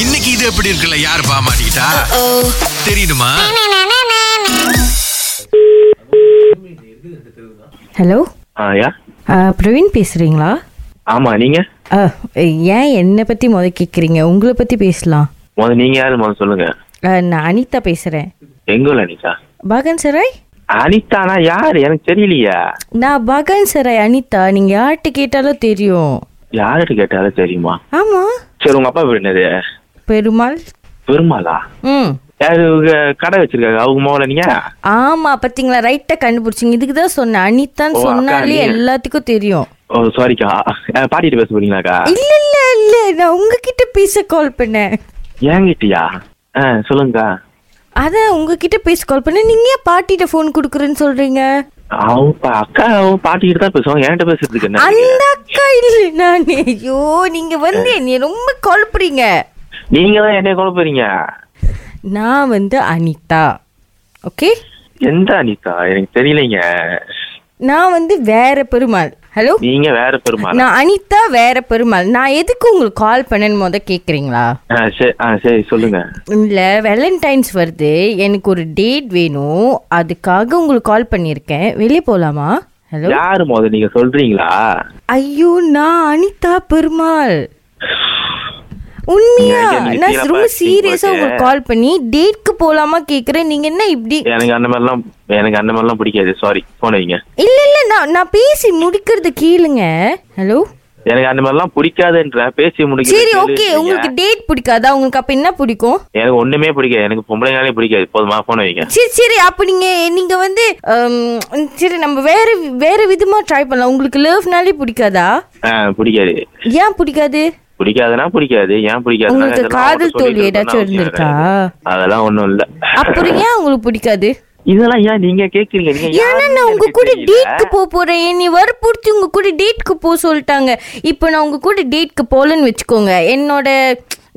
இன்னைக்கு இது எப்படி இருக்குல்ல யாரு பாமாட்டா தெரியுமா ஹலோ ஆயா ஆ, பிரவீன் பேசுறீங்களா ஆமா நீங்க ஆ, ஏன் என்னை பத்தி முத கேக்குறீங்க உங்களை பத்தி பேசலாம் முதல்ல நீங்க யாரு முதல்ல சொல்லுங்க ஆ, நான் அனிதா பேசுறேன் எங்க உள்ள அனிதா பகன் சராய் அனிதானா யாரு எனக்கு தெரியலையா நான் பகன் சராய் அனிதா நீங்க யார்கிட்ட கேட்டாலும் தெரியும் யார்கிட்ட கேட்டாலும் தெரியுமா ஆமா சரி உங்க அப்பா பேர் என்னது பெருமாள் பெருமாளா ம் யாரு இவங்க கடை வச்சிருக்காங்க அவங்க மோல நீங்க ஆமா பாத்தீங்களா ரைட்டா கண்டுபிடிச்சீங்க இதுக்கு தான் சொன்னேன் ஓ, அனிதான்னு அக்கா, சொன்னாலே நீங்க- எல்லாத்துக்கும் தெரியும் ஓ சாரிக்கா பாட்டிட்டு பேச போறீங்களாக்கா இல்ல இல்ல இல்ல நான் உங்ககிட்ட பேச கால் பண்ணேன் ஏங்கிட்டியா ஆ சொல்லுங்கக்கா அதான் உங்ககிட்ட பேச கால் பண்ணேன் நீங்க ஏன் பாட்டிட்ட ஃபோன் குடுக்குறேன்னு சொல்றீங்க அவங்க பா- அக்கா அவங்க பாட்டிக்கிட்டு தான் பேசுவாங்க என்கிட்ட பேசுறதுக்கு என்ன அந்த அக்கா இல்ல நானு ஐயோ நீங்க வந்து என்னைய ரொம்ப குழப்புறீங்க நீங்க தான் என்னைய குழப்பறீங்க நான் வந்து அனிதா ஓகே எந்த அனிதா எனக்கு தெரியலைங்க நான் வந்து வேற பெருமாள் ஹலோ நீங்க வேற பெருமாளா நான் அனிதா வேற பெருமாள் நான் எதுக்கு உங்களுக்கு கால் பண்ணேன்னு முத கேக்குறீங்களா ஆ, சரி ஆ சரி சொல்லுங்க இல்ல வேலண்டைன்ஸ் வருது எனக்கு ஒரு டேட் வேணும் அதுக்காக உங்களுக்கு கால் பண்ணியிருக்கேன் வெளியே போலாமா ஹலோ யாரு மோத நீங்க சொல்றீங்களா ஐயோ நான் அனிதா பெருமாள் உண்மையா நீங்க எங்க நான் ரொம்ப நிக்கிறப்ப நீங்க சீரியஸா உங்களுக்கு கால் பண்ணி டேட்க்கு போலாமா கேக்குறேன் நீங்க என்ன இப்படி எனக்கு அந்த மாதிரிலாம் எனக்கு அந்த மாதிரிலாம் பிடிக்காது சாரி போன வைங்க இல்ல இல்ல நான் நான் பேசி முடிக்கிறது கேளுங்க ஹலோ எனக்கு அந்த மாதிரிலாம் பிடிக்காதுன்ற பேசி முடிக்க சரி ஓகே உங்களுக்கு டேட் பிடிக்காதா உங்களுக்கு அப்ப என்ன பிடிக்கும் எனக்கு ஒண்ணுமே பிடிக்காது எனக்கு பொம்பளைங்களாலே பிடிக்காது போதுமா போன வைங்க சரி சரி அப்ப நீங்க நீங்க வந்து ஹம், சரி நம்ம வேற வேற விதமா ட்ரை பண்ணலாம் உங்களுக்கு லவ்னாலே பிடிக்காதா ஆ, பிடிக்காது ஏன் பிடிக்காது பிடிக்காதுன்னா பிடிக்காது ஏன் பிடிக்காதுன்னா உங்களுக்கு இதெல்லாம் காதல் அவர்கிட்ட சொல்லிட்டு தோல்வி ஏதாச்சும் இருக்கணும்னு அவசியம் இருந்திருக்கா? கிடையாது. அதெல்லாம் ஒண்ணும் இல்ல அப்புறம் ஏன் உங்களுக்கு பிடிக்காது இதெல்லாம் ஏன் நீங்க கேக்குறீங்க நீங்க ஏன்னா யாருன்னு நான் உங்க எனக்கு கூட தெரியல. டேட்க்கு போக போறேன் என்னை வற்புறுத்தி உங்க கூட டேட்க்கு போக சொல்லிட்டாங்க இப்போ நான் உங்க கூட டேட்க்கு போகலன்னு வச்சுக்கோங்க என்னோட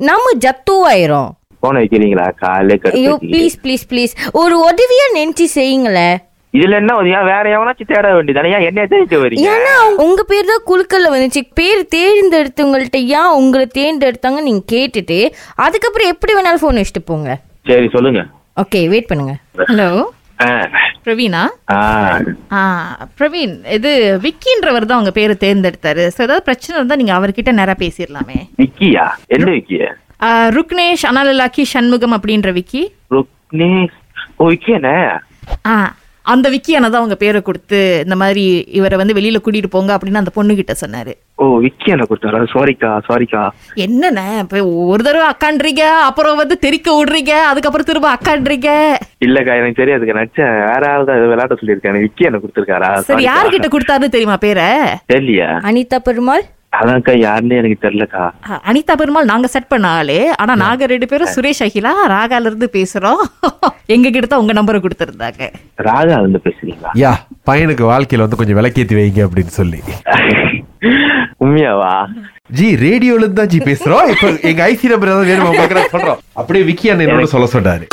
நாம ஜத்துவாயிரும் போன வைக்கிறீங்களா காலே ஐயோ கட்டு ப்ளீஸ் ப்ளீஸ் ப்ளீஸ் ஒரு உதவியா நினைச்சு செய்யுங்களேன் இதுல என்ன ஒரு ஏன் வேற எவனாச்சும் தேட வேண்டியதானே ஏன் என்னைய தேடிட்டு வரீங்க ஏன்னா அவங்க- உங்க பேர் தான் குழுக்கள்ல வந்துச்சு பேர் தேர்ந்தெடுத்தவங்கள்ட்ட ஏன் உங்களை தேர்ந்தெடுத்தாங்க நீங்க கேட்டுட்டு அதுக்கப்புறம் எப்படி வேணாலும் ஃபோன் வச்சுட்டு போங்க சரி சொல்லுங்க ஓகே வெயிட் பண்ணுங்க ஹலோ ஆ பிரவீனா ஆ ஆ பிரவீன் இது விக்கின்றவர் தான் உங்க பேரை தேர்ந்தெடுத்தாரு ஸோ ஏதாவது பிரச்சனை இருந்தால் நீங்கள் அவர்கிட்ட நேராக பேசிடலாமே விக்கியா என்ன விக்கிய ஆ, ருக்னேஷ் அனலலாக்கி சண்முகம் அப்படின்ற விக்கி ருக்னேஷ் ஓ விக்கியனே ஆ அந்த விக்கியான தான் உங்க பேரை கொடுத்து இந்த மாதிரி இவரை வந்து வெளியில கூட்டிட்டு போங்க அப்படின்னு அந்த பொண்ணுகிட்ட சொன்னாரு ஓ விக்கியனை கொடுத்தாரா சாரிக்கா சாரிக்கா என்னண்ணே இப்போ ஒரு தடவை அக்கான்றீங்க அப்புறம் வந்து தெறிக்க விடுறீங்க அதுக்கப்புறம் திரும்ப அக்கான்றீங்க இல்லக்கா எனக்கு தெரியாதுக்கா நினைச்சேன் வேற ஆள் தான் ஏதோ விளையாட சொல்லியிருக்கானே விக்கியனை கொடுத்துருக்காரா சரி யார்கிட்ட கொடுத்தாருன்னு தெரியுமா பேரை தெரியலையா அனிதா பெருமாள் அதான்க்கா யாருன்னு எனக்கு தெரியலக்கா அ, அனிதா பெருமாள் நாங்க செட் பண்ண ஆளு ஆனா நாங்க ரெண்டு பேரும் சுரேஷ் அகிலா ராகால இருந்து பேசுறோம் எங்க கிட்ட தான் உங்க நம்பரை கொடுத்திருந்தாங்க ராகா வந்து பேசுறீங்களா யா பையனுக்கு வாழ்க்கையில வந்து கொஞ்சம் விளக்கேத்தி வைங்க அப்படின்னு சொல்லி உண்மையாவா ஜி ரேடியோல இருந்து தான் ஜி பேசுறோம் இப்ப எங்க ஐசி நம்பர் ஏதாவது வேணுமா உங்களுக்கு நான் சொல்றோம் அப்படியே விக்கி அண்ணன் என்னோட சொல்ல சொன்னாரு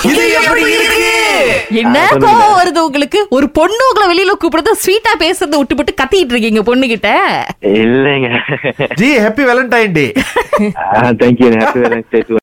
என்ன ஆ, சொல்லுங்க. கோவம் வருது உங்களுக்கு ஒரு பொண்ணு உங்களை வெளியில கூப்பிடுறது ஸ்வீட்டா பேசுறது விட்டு போட்டு கத்திட்டு இருக்கீங்க பொண்ணு கிட்ட இல்லைங்க ji happy Valentine day thank you